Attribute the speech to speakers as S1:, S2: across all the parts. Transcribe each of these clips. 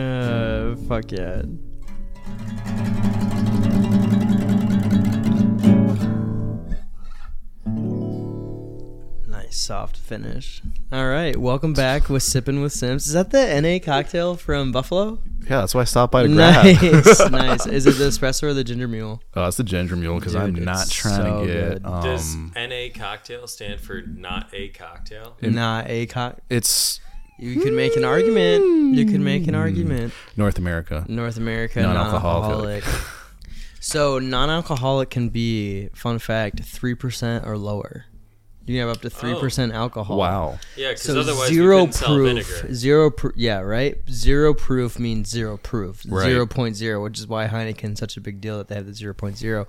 S1: Uh, fuck yeah. Nice soft finish. All right, welcome back with Sippin' with Sims. Is that the NA cocktail from Buffalo?
S2: Yeah, that's why I stopped by to grab.
S1: Nice, nice. Is it the espresso or the ginger mule?
S2: Oh, that's the ginger mule because I'm
S1: Dude,
S2: not
S1: it's
S2: trying
S1: so
S2: to get.
S1: good.
S2: Um,
S3: Does NA cocktail stand for not a cocktail?
S1: Not a cock.
S2: it's
S1: You could make an argument. You could make an argument.
S2: North America.
S1: North America non-alcoholic.
S2: Non-alcoholic.
S1: so non-alcoholic can be, fun fact, three percent or lower. You can have up to three percent alcohol.
S2: Wow.
S3: Yeah, because
S1: So
S3: otherwise you
S1: zero
S3: couldn't sell
S1: proof,
S3: vinegar.
S1: zero proof, yeah, right. Zero proof means zero proof,
S2: Right.
S1: zero point zero, which is why Heineken's such a big deal that they have the zero point zero.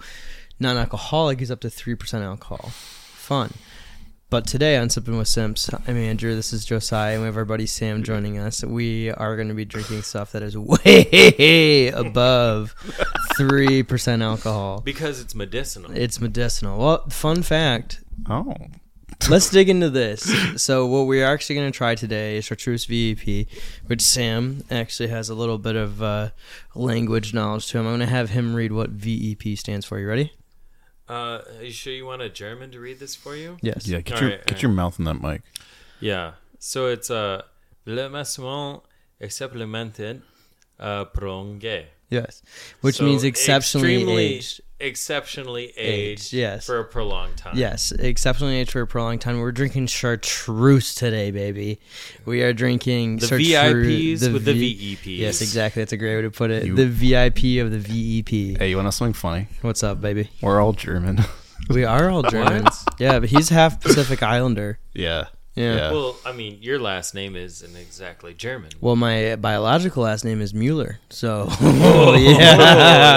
S1: Non-alcoholic is up to three percent alcohol. Fun, but today on Sipping with Simps, I'm Andrew. This is Josiah, and we have our buddy Sam joining us. We are going to be drinking stuff that is way above three percent alcohol.
S3: Because it's medicinal.
S1: It's medicinal. Well, fun fact:
S2: Oh.
S1: Let's dig into this. So, what we're actually going to try today is Chartreuse VEP, which Sam actually has a little bit of uh, language knowledge to him. I'm going to have him read what VEP stands for. You ready?
S3: Uh, are you sure you want a German to read this for you?
S1: Yes.
S2: Yeah, get
S3: All
S2: your
S3: right, all
S2: get
S3: right.
S2: your mouth in that mic.
S3: Yeah. So it's uh, le massement exceptionnellement uh, prolongé.
S1: Yes. Which
S3: So
S1: means exceptionally
S3: extremely-
S1: aged.
S3: Exceptionally
S1: Aged,
S3: aged,
S1: yes.
S3: for a prolonged time.
S1: Yes, exceptionally aged for a prolonged time. We're drinking chartreuse today, baby. We are drinking
S3: The
S1: chartreuse-
S3: VIPs with the E
S1: V-
S3: VEPs.
S1: Yes, exactly. That's a great way to put it.
S2: You-
S1: the VIP of the VEP.
S2: Hey, you want to know something funny?
S1: What's up, baby?
S2: We're all German.
S1: We are all Germans. yeah, but he's half Pacific Islander.
S2: yeah.
S1: Yeah.
S3: Well, I mean, your last name isn't exactly German.
S1: Well, my biological last name is Mueller, so
S3: Whoa,
S1: yeah,
S3: Oh,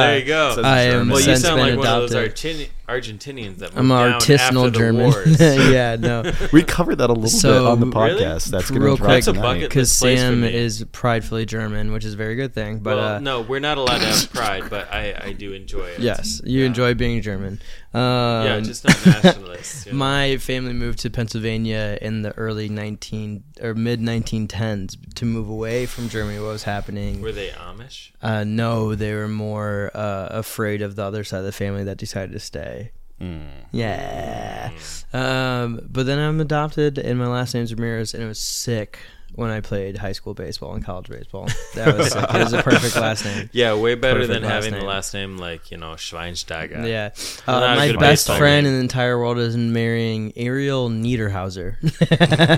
S3: there you go.
S1: I am
S3: well, you
S1: since
S3: sound
S1: been
S3: like one of those
S1: adopted.
S3: Argentini- Argentinians that
S1: I'm
S3: moved
S1: an
S3: down after
S1: artisanal
S3: the
S1: German.
S3: wars.
S1: yeah, no,
S2: we covered that a little
S1: So,
S2: bit on the
S3: Really?
S2: podcast. That's gonna
S1: Real
S2: drop
S1: quick- That's a
S2: tonight.
S3: bucket
S1: because
S3: This place for
S1: Sam
S3: me.
S1: is pridefully German, which is a very good thing. But
S3: well,
S1: uh,
S3: no, we're not allowed to have pride, but I, I do enjoy it.
S1: yes, you
S3: Yeah.
S1: enjoy being German. Um,
S3: Yeah, just not nationalist. you know.
S1: My family moved to Pennsylvania in the early 19 or mid 1910s to move away from Germany. What was happening?
S3: Were they Amish?
S1: Uh, no, they were more uh, afraid of the other side of the family that decided to stay.
S2: Mm.
S1: Yeah. Um, but then I'm adopted, and my last name's Ramirez, and it was sick when I played high school baseball and college baseball. That was sick. It was a perfect last name.
S3: Yeah, way better
S1: Perfect
S3: than
S1: last
S3: having
S1: name.
S3: the last name like you know Schweinsteiger.
S1: Yeah.
S3: Well,
S1: Uh,
S3: that was
S1: my
S3: good
S1: best
S3: baseball
S1: friend
S3: game.
S1: in the entire world is marrying Ariel Niederhauser.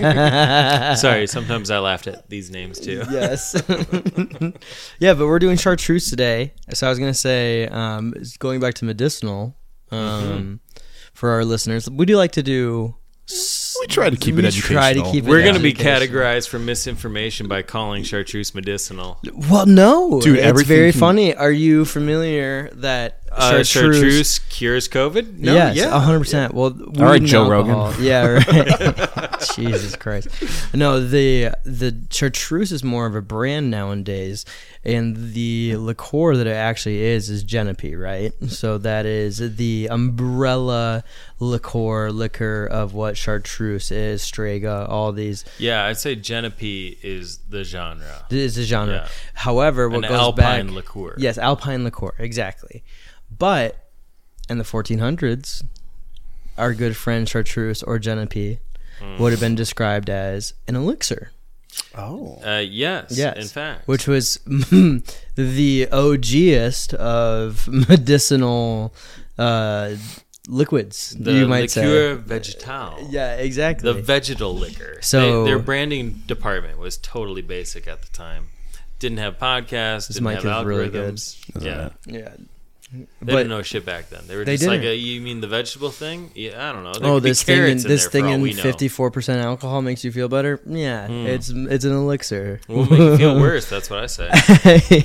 S3: Sorry, sometimes I laughed at these names too.
S1: yes. yeah, but we're doing chartreuse today. So I was going to say, um, it's going back to medicinal
S2: Mm-hmm.
S1: um, for our listeners, we do like to do. s-
S2: We try to keep it
S1: we Try to
S2: educational.
S1: keep it
S3: We're gonna be
S1: educational.
S3: categorized for misinformation by calling chartreuse medicinal.
S1: Well, no,
S2: Dude,
S1: It's
S2: everything
S1: very
S2: can-
S1: funny. Are you familiar that
S3: Uh,
S1: chartreuse?
S3: chartreuse. cures COVID. No,
S1: yes,
S3: yeah,
S1: hundred percent. Well, all
S2: right, Joe Rogan.
S1: Yeah, right. Jesus Christ. No, the the chartreuse is more of a brand nowadays, and the liqueur that it actually is is Genepi, right? So that is the umbrella liqueur liquor of what chartreuse is, Strega, all these
S3: yeah. I'd say Genepi is the genre.
S1: this is a genre.
S3: Yeah.
S1: However, what
S3: An
S1: goes
S3: alpine
S1: back,
S3: liqueur.
S1: Yes, alpine liqueur, exactly. But in the 1400s, our good friend chartreuse or genepi
S3: Hmm.
S1: would have been described as an elixir.
S2: Oh.
S3: Uh, yes,
S1: Yes,
S3: In fact,
S1: which was the OGest of medicinal uh, liquids,
S3: the
S1: you might
S3: liqueur
S1: say.
S3: vegetal.
S1: Yeah, exactly.
S3: The vegetal liquor.
S1: So-
S3: They- their branding department was totally basic at the time. Didn't have podcasts. Didn't
S1: mic
S3: have
S1: is really good.
S3: algorithms. yeah,
S2: it?
S1: yeah.
S3: they
S1: But-
S3: didn't know shit back then. They were
S1: They
S3: just like,
S1: didn't.
S3: uh, "You mean the vegetable thing? Yeah, I don't know." There
S1: Oh,
S3: could be
S1: this thing in
S3: carrots
S1: this
S3: there
S1: thing
S3: for all
S1: in
S3: we know.
S1: fifty four percent alcohol makes you feel better. Yeah, it's it's an elixir.
S3: Will make you feel worse. That's what I say.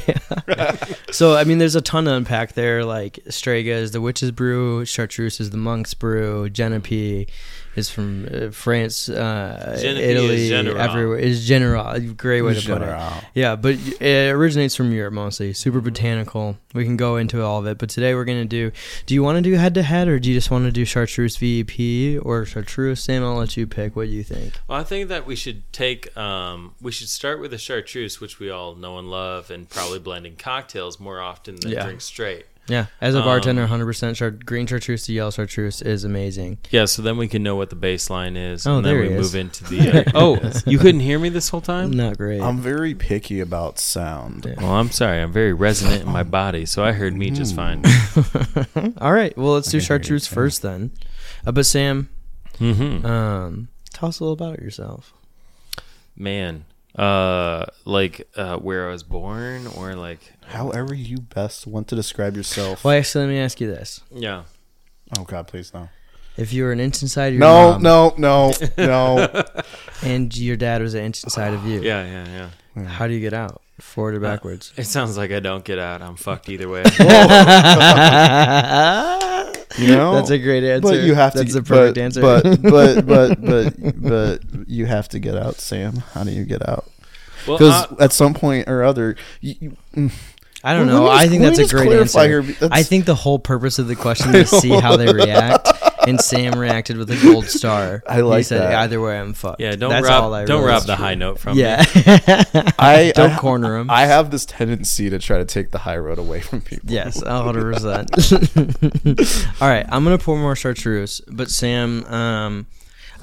S1: so I mean, there's a ton to unpack there. Like Strega is the witch's brew, Chartreuse is the monk's brew, Genepi is from uh, France, uh,
S3: Genepi is
S1: Italy,
S3: General.
S1: everywhere. Is General. Great way to put it.
S2: General.
S1: Yeah, but it originates from Europe mostly. Super botanical. We can go into all of it, but today we're gonna do. Do you want to do head to head, or do you just want to do chartreuse VEP or chartreuse? Sam, I'll let you pick. What you think?
S3: Well, I think that we should take, um, we should start with a chartreuse, which we all know and love, and probably blend in cocktails more often than
S1: Yeah.
S3: drink straight.
S1: Yeah, as a
S3: Um,
S1: bartender, 100% chart, green chartreuse to yellow chartreuse is amazing.
S3: Yeah, so then we can know what the baseline is,
S1: Oh,
S3: and then
S1: there
S3: we
S1: he is.
S3: move into the. oh, you couldn't hear me this whole time.
S1: Not great.
S2: I'm very picky about sound.
S1: Yeah.
S3: Well, I'm sorry. I'm very resonant in my body, so I heard me just fine.
S1: All right, well, let's do
S2: Okay, here it
S1: chartreuse
S2: is.
S1: first then. Uh, but Sam,
S3: Mm-hmm.
S1: um, tell us a little about yourself.
S3: Man, uh, like uh, where I was born, or like,
S2: However, you best want to describe yourself.
S1: Well, actually, let me ask you this.
S3: yeah,
S2: Oh God, please no. Um,
S1: If you were an inch inside your
S2: No,
S1: mom
S2: no, no, no.
S1: and your dad was an inch inside of you,
S3: yeah, yeah, yeah.
S1: how do you get out? Forward or
S2: Uh,
S1: backwards?
S3: It sounds like I don't get out. I'm fucked either way.
S2: You know,
S1: That's a great answer.
S2: But you have to.
S1: That's a perfect
S2: but,
S1: answer.
S2: But but but but but you have to get out, Sam. How do you get out?
S3: Well, uh,
S2: Because
S3: I-
S2: at some point or other, you, you, mm.
S1: I don't
S2: Well,
S1: know.
S2: let me
S1: I
S2: just-
S1: think
S2: let
S1: that's
S2: me
S1: a
S2: just
S1: great
S2: clarify
S1: answer.
S2: here, be- that's-
S1: I think the whole purpose of the question is to see how they react, and Sam reacted with a gold star.
S2: I like
S1: he said,
S2: that.
S1: Either way, I'm fucked.
S3: yeah, don't
S1: That's all I
S3: rob, don't
S1: really-
S3: rob the high note from me.
S1: Yeah,
S2: I
S1: Don't
S2: I-
S1: corner 'em.
S3: Um,
S2: I have this tendency to try to take the high road away from people.
S1: yes, a hundred percent. All right, I'm gonna pour more chartreuse, but Sam, um,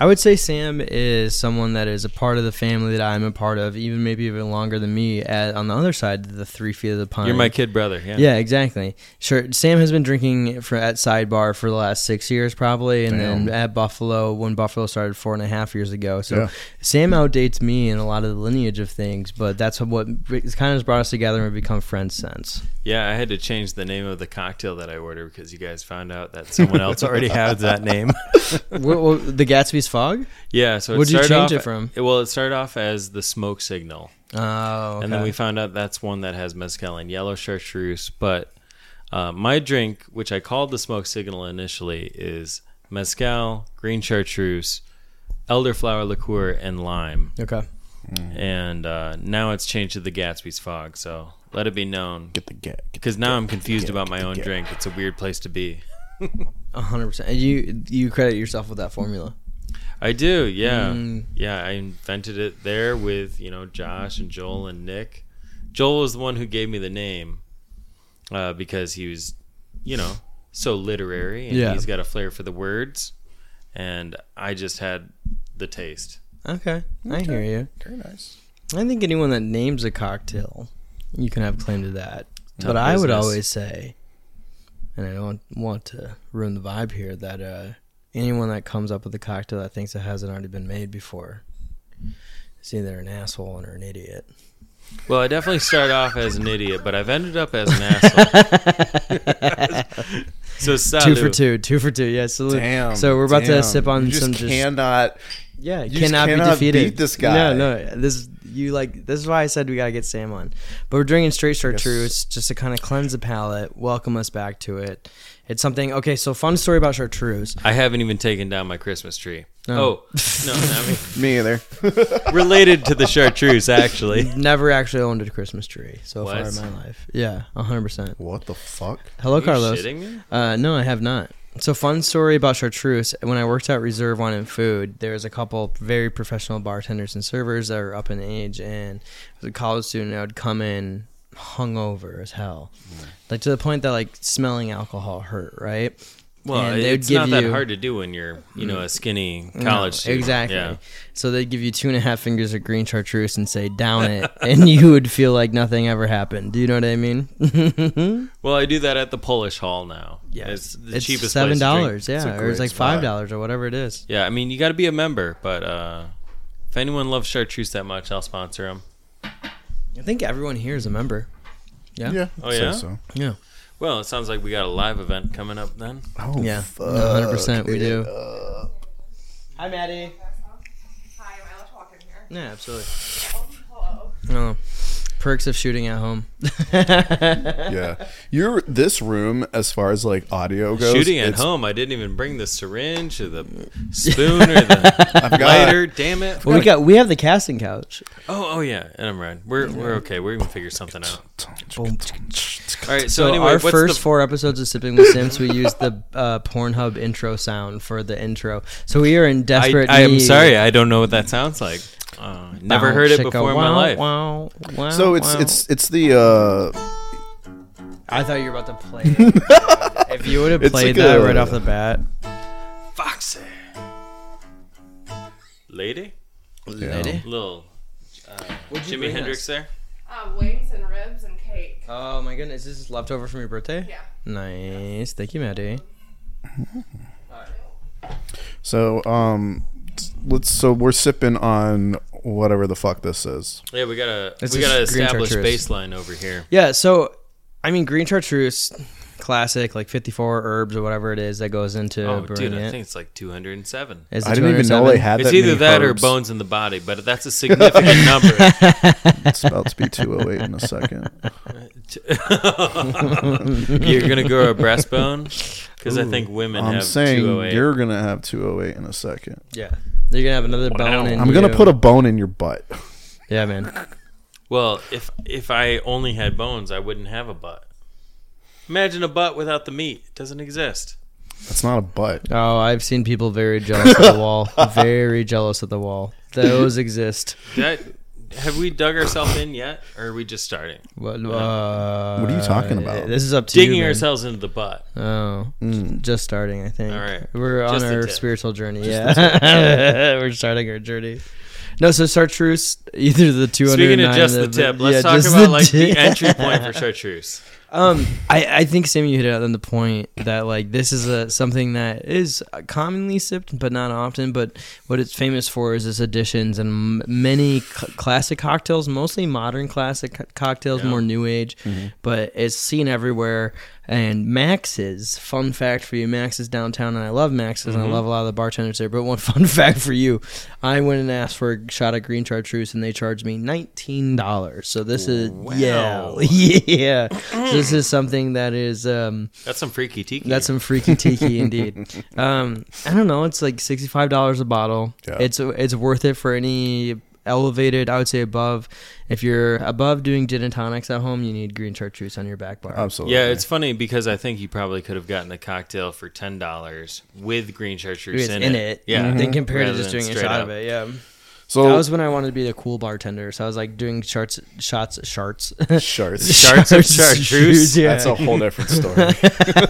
S1: I would say Sam is someone that is a part of the family that I'm a part of, even maybe even longer than me. At, on the other side, of the three feet of the pine.
S3: You're my kid brother. Yeah.
S1: Yeah, exactly. Sure. Sam has been drinking for at Sidebar for the last six years, probably, and then at Buffalo when Buffalo started four and a half years ago. So
S2: Yeah.
S1: Sam outdates me in a lot of the lineage of things, but that's what it's kind of has brought us together and we've become friends since.
S3: Yeah, I had to change the name of the cocktail that I ordered because you guys found out that someone else already had that name.
S1: What- what- the Gatsby's fog.
S3: Yeah, so it
S1: What'd you
S3: started
S1: change
S3: off-
S1: it from?
S3: Well, it started off as the smoke signal,
S1: Oh,
S3: and then we found out that's one that has mezcal and yellow chartreuse. But uh, my drink, which I called the smoke signal initially, is mezcal, green chartreuse, elderflower liqueur, and lime.
S1: okay. Mm.
S3: And uh, now it's changed to the Gatsby's fog. So let it be known,
S2: Get the get. get
S3: because now I'm confused
S2: get-
S3: about my
S2: get-
S3: own
S2: get-
S3: drink. It's a weird place to be.
S1: hundred percent. And you you credit yourself with that formula.
S3: I do, yeah.
S1: Mm.
S3: Yeah, I invented it there with, you know, Josh and Joel and Nick. Joel was the one who gave me the name uh, because he was, you know, so literary and
S1: Yeah.
S3: he's got a flair for the words. And I just had the taste.
S1: Okay, I hear you.
S2: Very nice.
S1: I think anyone that names a cocktail, you can have claim to that.
S3: Tough
S1: but I would
S3: business.
S1: always say, and I don't want to ruin the vibe here, that uh, anyone that comes up with a cocktail that thinks it hasn't already been made before is either an asshole or an idiot.
S3: Well, I definitely start off as an idiot, but I've ended up as an asshole. so,
S1: Two
S3: salute.
S1: for two, two for two. Yeah, salute.
S2: Damn.
S1: So we're about
S2: damn.
S1: to sip on
S2: you just
S1: some just
S2: cannot.
S1: yeah,
S2: you just
S1: cannot,
S2: cannot
S1: be defeated.
S2: beat this guy.
S1: No, no, this you like. This is why I said we gotta get Sam on. But we're drinking straight chartreuse just to kind of cleanse the palate, welcome us back to it. It's something. Okay, so fun story about chartreuse.
S3: I haven't even taken down my Christmas tree.
S1: No.
S3: Oh, no, I mean,
S2: Me either.
S3: related to the chartreuse, actually.
S1: Never actually owned a Christmas tree so far in
S3: What?
S1: my life. Yeah, hundred percent.
S2: what the fuck?
S1: Hello,
S3: Are you
S1: Carlos.
S3: shitting me?
S1: Uh, no, I have not. So, fun story about chartreuse. When I worked at Reserve One and Food, there was a couple very professional bartenders and servers that were up in age, and as a college student, I would come in hungover as hell,
S3: Hmm.
S1: like to the point that like smelling alcohol hurt, right?
S3: Well,
S1: And they would
S3: it's
S1: give
S3: not that
S1: you-
S3: hard to do when you're, you know, a skinny
S1: No,
S3: college student.
S1: exactly.
S3: Yeah.
S1: So they'd give you two and a half fingers of green chartreuse and say down it, and you would feel like nothing ever happened. Do you know what I mean?
S3: Well, I do that at the Polish Hall now.
S1: Yeah,
S3: It's the
S1: it's
S3: cheapest
S1: seven
S3: place to drink.
S1: dollars, yeah,
S2: It's a
S1: or it's
S2: great
S1: like
S2: spot.
S1: five dollars or whatever it is.
S3: Yeah, I mean, you got to be a member, but uh, if anyone loves chartreuse that much, I'll sponsor them.
S1: I think everyone here is a member. Yeah.
S3: Oh,
S2: I'd say
S3: yeah?
S2: So.
S1: Yeah.
S3: Well, it sounds like we got a live event coming up then.
S2: Oh
S1: Yeah,
S2: fuck.
S1: no, 100% we do. Hi, Maddie.
S4: Hi, am I allowed to walk in here?
S1: Yeah, absolutely.
S4: Oh, hello.
S1: No. Perks of shooting at home.
S4: yeah. You're this room as far as like audio goes.
S3: Shooting at
S4: it's-
S3: home. I didn't even bring the syringe or the spoon or the
S4: I've got-
S3: lighter. Damn it!
S1: Well, we got we have the casting couch.
S3: Oh, oh yeah, and I'm right. We're we're okay. We're gonna figure something out.
S1: Boom.
S3: All right. So,
S1: So
S3: anyway,
S1: our
S3: what's
S1: first
S3: the,
S1: four episodes of Sipping with Sims, we used the uh, Pornhub intro sound for the intro. So we are in
S3: I,
S1: desperate.
S3: I am
S1: need.
S3: sorry. I don't know what that sounds like. Uh, never
S1: Wow,
S3: heard it
S1: chicka,
S3: before in my
S1: wow,
S3: life.
S1: wow, wow,
S4: So it's
S1: Oh, wow.
S4: it's it's the uh
S1: I thought you were about to play. it. if you would have
S4: It's
S1: played
S4: like
S1: that
S4: a-
S1: right off the bat,
S3: Foxy. Lady?
S1: Lady?
S3: Little
S1: What'd you
S3: Jimi
S1: bring
S3: Hendrix
S1: us?
S3: there?
S5: Uh, wings and ribs and cake.
S1: Oh my goodness, this is leftover from your birthday.
S5: Yeah.
S1: Nice, thank you, Maddie.
S4: so um let's so we're sipping on whatever the fuck this is.
S3: Yeah, we gotta
S1: It's just
S3: we gotta
S1: green
S3: establish
S1: chartreuse.
S3: baseline over here.
S1: Yeah, so I mean, green chartreuse, classic, like fifty-four herbs or whatever it is that goes into
S3: oh,
S1: brewing
S3: dude, I
S1: it.
S3: think it's like 207.
S1: Is it
S4: I didn't even know they
S1: 207?
S4: had
S3: It's
S4: that
S3: either
S4: many
S3: that
S4: herbs.
S3: or bones in the body, but that's a significant number.
S4: It's about to be 208 in a second.
S3: You're gonna grow a breastbone because I think women
S4: I'm
S3: have
S4: saying
S3: 208.
S4: you're going to have 208 in a second.
S1: Yeah, you're gonna have another bone. In
S4: I'm going to
S1: you.
S4: put a bone in your butt.
S1: Yeah, man.
S3: Well, if if I only had bones, I wouldn't have a butt. Imagine a butt without the meat. It doesn't exist.
S4: That's not a butt.
S1: Oh, I've seen people very jealous of the wall. Very jealous of the wall. Those exist.
S3: That have we dug ourselves in yet, or are we just starting
S1: What, uh,
S4: What are you talking about?
S1: This is up to
S3: digging
S1: you, man.
S3: ourselves into the butt?
S1: Oh, just starting. I think.
S3: All right.
S1: we're
S3: Just
S1: on
S3: the
S1: our
S3: tip.
S1: spiritual journey. yeah, we're starting our journey. No, so chartreuse, either the two hundred.
S3: Speaking of just the tip, let's talk about like the entry point for chartreuse.
S1: Um, I, I think Sam, you hit it on the point that like this is a something that is commonly sipped, but not often. But what it's famous for is its additions and m- many cl- classic cocktails, mostly modern classic co- cocktails, more new age. But it's seen everywhere. And Max's fun fact for you, Max is downtown, and I love Max's, and I love a lot of the bartenders there. But one fun fact for you, I went and asked for a shot of green chartreuse, and they charged me nineteen dollars. So this is yeah, yeah. So
S3: Mm.
S1: this is something that is um,
S3: That's some freaky tiki.
S1: that's some freaky tiki indeed. Um, I don't know. It's like sixty five dollars a bottle.
S4: Yeah.
S1: It's it's worth it for any elevated. I would say above. If you're above doing gin and tonics at home, you need green chartreuse on your back bar.
S4: Absolutely.
S3: yeah, it's funny because I think you probably could have gotten a cocktail for ten dollars with green chartreuse
S1: It's in, it.
S3: Yeah, Mm-hmm.
S1: Then compared to
S3: rather
S1: just
S3: than
S1: doing a
S3: straight
S1: shot
S3: up.
S1: of it. Yeah. That
S4: so
S1: was when I wanted to be the cool bartender. So I was like doing shots, shots, shots.
S4: shards.
S3: Shards of chartreuse.
S1: Yeah.
S4: That's a whole different story.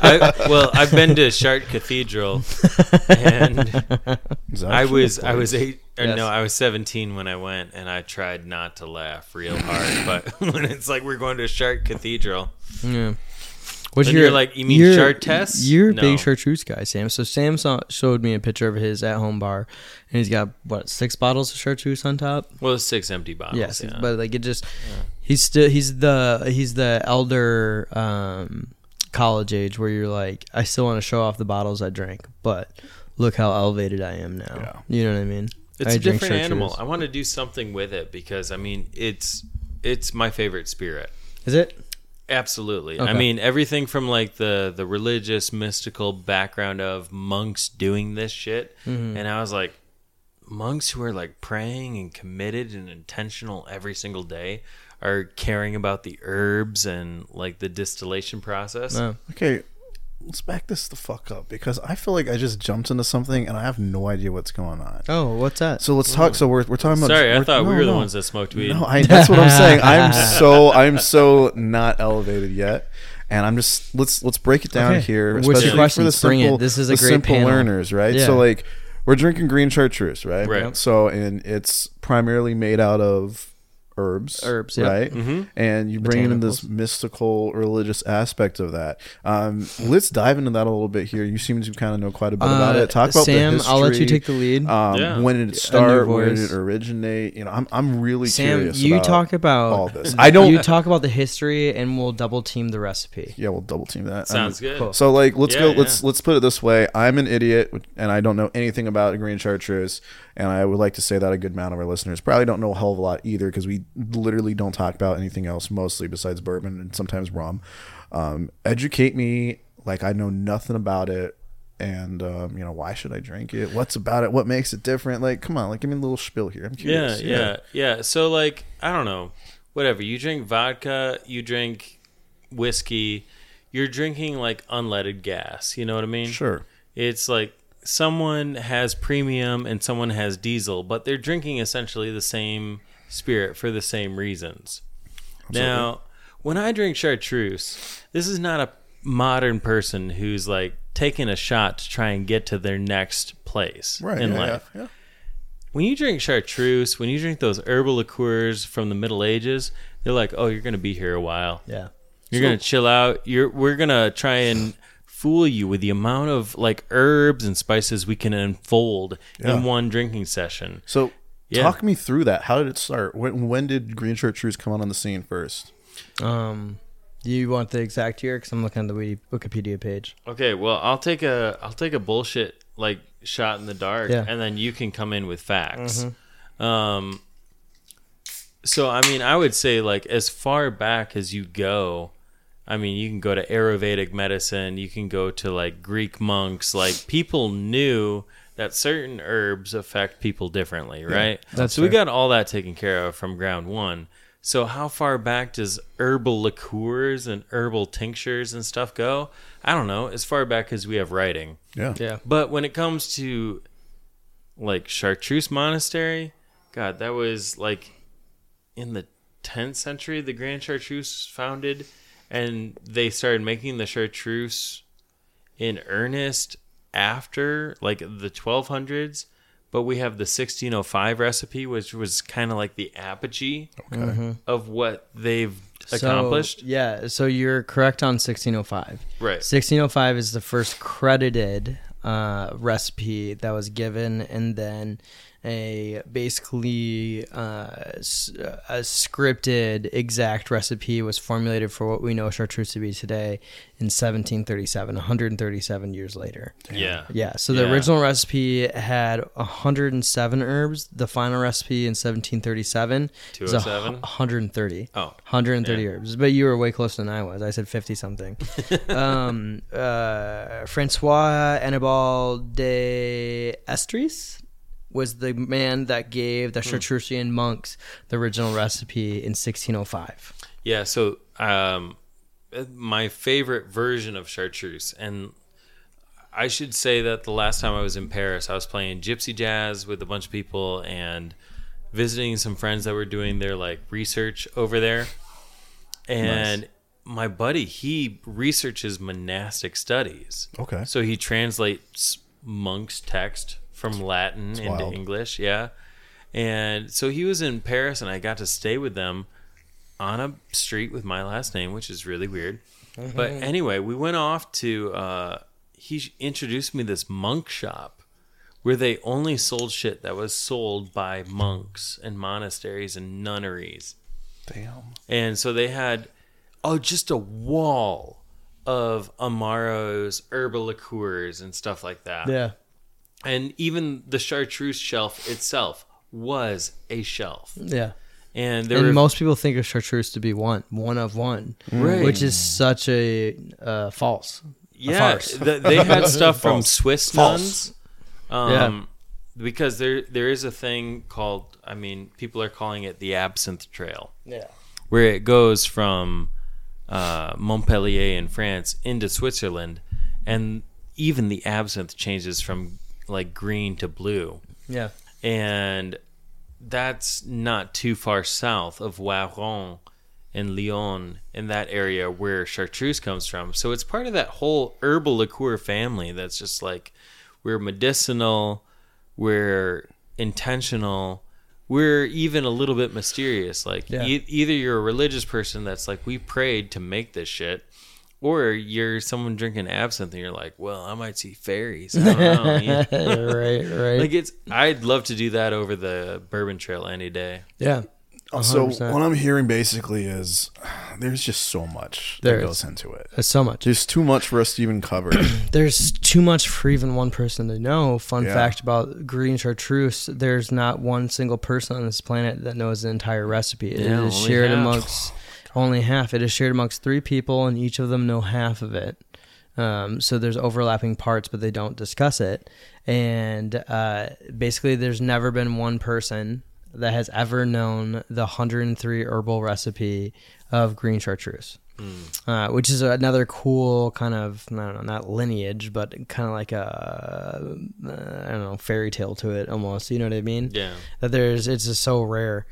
S3: I, well, I've been to Chart Cathedral, and
S4: Is that
S3: I
S4: actually a
S3: was I
S4: place?
S3: was eight. Or
S1: Yes.
S3: No, I was seventeen when I went, and I tried not to laugh real hard. But when it's like we're going to Chart Cathedral,
S1: Yeah. What's
S3: And you're like, you mean chartreuse?
S1: You're a
S3: No.
S1: big chartreuse guy, Sam. So Sam saw, showed me a picture of his at home bar, and he's got what six bottles of chartreuse on top.
S3: well, it's six empty bottles.
S1: yes,
S3: Oh, yeah.
S1: but like it just he's still he's the he's the elder um, college age where you're like I still want to show off the bottles I drank, but look how elevated I am now.
S4: Yeah.
S1: You know what I mean?
S3: it's
S1: a
S3: a different animal. I want to do something with it because I mean, it's it's my favorite spirit.
S1: Is it?
S3: Absolutely. I
S1: Okay.
S3: mean, everything from like the the religious mystical background of monks doing this shit,
S4: Mm-hmm.
S3: and I was like, monks who are like praying and committed and intentional every single day are caring about the herbs and like the distillation process.
S1: No.
S4: Okay, let's back this the fuck up because I feel like I just jumped into something and I have no idea what's going on.
S1: Oh, what's that?
S4: So let's talk. So we're, we're talking about.
S3: Sorry, I
S4: we're-
S3: thought we
S4: no,
S3: were the
S4: no.
S3: ones that smoked weed.
S4: No, I, that's what I'm saying. I'm so I'm so not elevated yet, and I'm just let's let's break it down
S1: Okay.
S4: here.
S1: What's your
S4: especially
S1: question? Bring it. This is a
S4: the
S1: great
S4: simple
S1: panel.
S4: learners, right?
S1: Yeah.
S4: So like we're drinking green chartreuse, right?
S3: Right. Yep.
S4: So and it's primarily made out of herbs,
S1: Herbs, yep.
S4: right?
S3: Mm-hmm.
S4: And you bring in this mystical religious aspect of that. Um, let's dive into that a little bit here. You seem to kind of know quite a bit about
S1: Uh,
S4: it. Talk about
S1: Sam,
S4: the
S1: I'll let you
S4: history,
S1: take the lead.
S4: Um,
S3: Yeah.
S4: When did it start? Where did
S1: voice.
S4: it originate? You know, I'm I'm really
S1: Sam,
S4: curious.
S1: you talk about
S4: all this. I don't.
S1: You talk about the history, and we'll double team the recipe.
S4: yeah, we'll double team that.
S3: Sounds
S4: Um,
S3: good.
S4: So like, let's
S3: Yeah,
S4: go. Let's
S3: yeah.
S4: let's put it this way. I'm an idiot, and I don't know anything about green chartreuse, And I would like to say that a good amount of our listeners probably don't know a hell of a lot either because we literally don't talk about anything else mostly besides bourbon and sometimes rum. Um, educate me like I know nothing about it. And um, you know why should I drink it? What's about it? What makes it different? Like, come on, like give me a little spiel here. I'm
S3: yeah,
S4: curious.
S3: yeah, yeah. So like, I don't know, whatever. You drink vodka, you drink whiskey, you're drinking like unleaded gas. You know what I mean?
S4: sure.
S3: It's like someone has premium and someone has diesel, but they're drinking essentially the same spirit for the same reasons. Now, when I drink chartreuse, this is not a modern person who's like taking a shot to try and get to their next place
S4: Right.
S3: in
S4: yeah,
S3: life
S4: yeah, yeah.
S3: when you drink chartreuse, when you drink those herbal liqueurs from the Middle Ages, they're like, oh, you're gonna be here a while.
S1: Yeah.
S3: You're gonna chill out. You're we're gonna try and fool you with the amount of like herbs and spices we can unfold
S4: Yeah.
S3: in one drinking session.
S4: So
S3: Yeah.
S4: talk me through that. How did it start? When, when did Green Shirt Trues come out on the scene first?
S1: Um, do you want the exact year? Because I'm looking at the Wiki- Wikipedia page.
S3: Okay, well, I'll take a I'll take a bullshit like shot in the dark,
S1: Yeah.
S3: and then you can come in with facts. Um, so I mean, I would say like as far back as you go, I mean, you can go to Ayurvedic medicine, you can go to like Greek monks. Like people knew that certain herbs affect people differently, right?
S1: that's
S3: so we
S1: fair.
S3: got all that taken care of from ground one. So how far back does herbal liqueurs and herbal tinctures and stuff go? I don't know. As far back as we have writing.
S4: Yeah.
S1: Yeah.
S3: But when it comes to like Chartreuse Monastery, God, that was like in the 10th century the Grand Chartreuse founded, and they started making the Chartreuse in earnest after like the 1200s. But we have the 1605 recipe, which was kind of like the apogee of what they've accomplished.
S1: So, yeah. So you're correct on 1605.
S3: Right.
S1: 1605 is the first credited uh, recipe that was given, and then a basically uh, s- a scripted exact recipe was formulated for what we know chartreuse to be today in 1737, 137 years later.
S3: Yeah.
S1: Yeah. So the
S3: Yeah.
S1: original recipe had 107 herbs. The final recipe in 1737 is a hu-
S3: 207?
S1: 130.
S3: Oh.
S1: 130 herbs. But you were way closer than I was. I said 50 something. um, uh, Francois Annibal de Estris was the man that gave
S3: Hmm.
S1: the Chartreusian monks the original recipe in 1605.
S3: Yeah, so um, my favorite version of chartreuse, and I should say that the last time I was in Paris, I was playing gypsy jazz with a bunch of people and visiting some friends that were doing their like research over there. And my buddy, he researches monastic studies.
S4: Okay.
S3: So he translates monks' text from Latin into
S4: wild.
S3: English. Yeah. And so he was in Paris, and I got to stay with them on a street with my last name, which is really weird. But anyway, we went off to. Uh, he introduced me to this monk shop where they only sold shit that was sold by monks and monasteries and nunneries.
S4: Damn.
S3: And so they had oh just a wall of Amaros, herbal liqueurs and stuff like that. And even the chartreuse shelf itself was a shelf.
S1: Yeah.
S3: And there
S1: and
S3: were
S1: most people think of chartreuse to be one, one of one,
S3: Right.
S1: which is such a uh, false. a
S3: yeah,
S1: farce.
S3: th- they had stuff from Swiss nuns. Um, because there there is a thing called I mean, people are calling it the absinthe trail.
S1: Yeah.
S3: where it goes from uh, Montpellier in France into Switzerland, and even the absinthe changes from like green to blue,
S1: Yeah.
S3: and that's not too far south of Waron and Lyon in that area where chartreuse comes from. So it's part of that whole herbal liqueur family that's just like we're medicinal, we're intentional, we're even a little bit mysterious. Like
S1: Yeah.
S3: e- either you're a religious person that's like we prayed to make this shit, or you're someone drinking absinthe and you're like, well, I might see fairies. I don't know. you know?
S1: right, right.
S3: Like it's, I'd love to do that over the Bourbon Trail any day.
S1: yeah.
S4: So
S3: uh,
S1: 100%.
S4: what I'm hearing basically is there's just so much
S1: There
S4: that
S1: is.
S4: goes into it.
S1: There's so much.
S4: Just too much for us to even cover.
S1: There's too much for even one person to know. Fun
S4: Yeah.
S1: fact about green chartreuse: there's not one single person on this planet that knows the entire recipe. It is
S3: Yeah, only
S1: shared
S3: half.
S1: amongst only half. It is shared amongst three people, and each of them know half of it. Um, so there's overlapping parts, but they don't discuss it. And uh, basically, there's never been one person that has ever known the 103 herbal recipe of green chartreuse, uh, which is another cool kind of I don't know, not lineage, but kind of like a uh, I don't know fairy tale to it almost. You know what I mean?
S3: Yeah.
S1: That there's it's just so rare.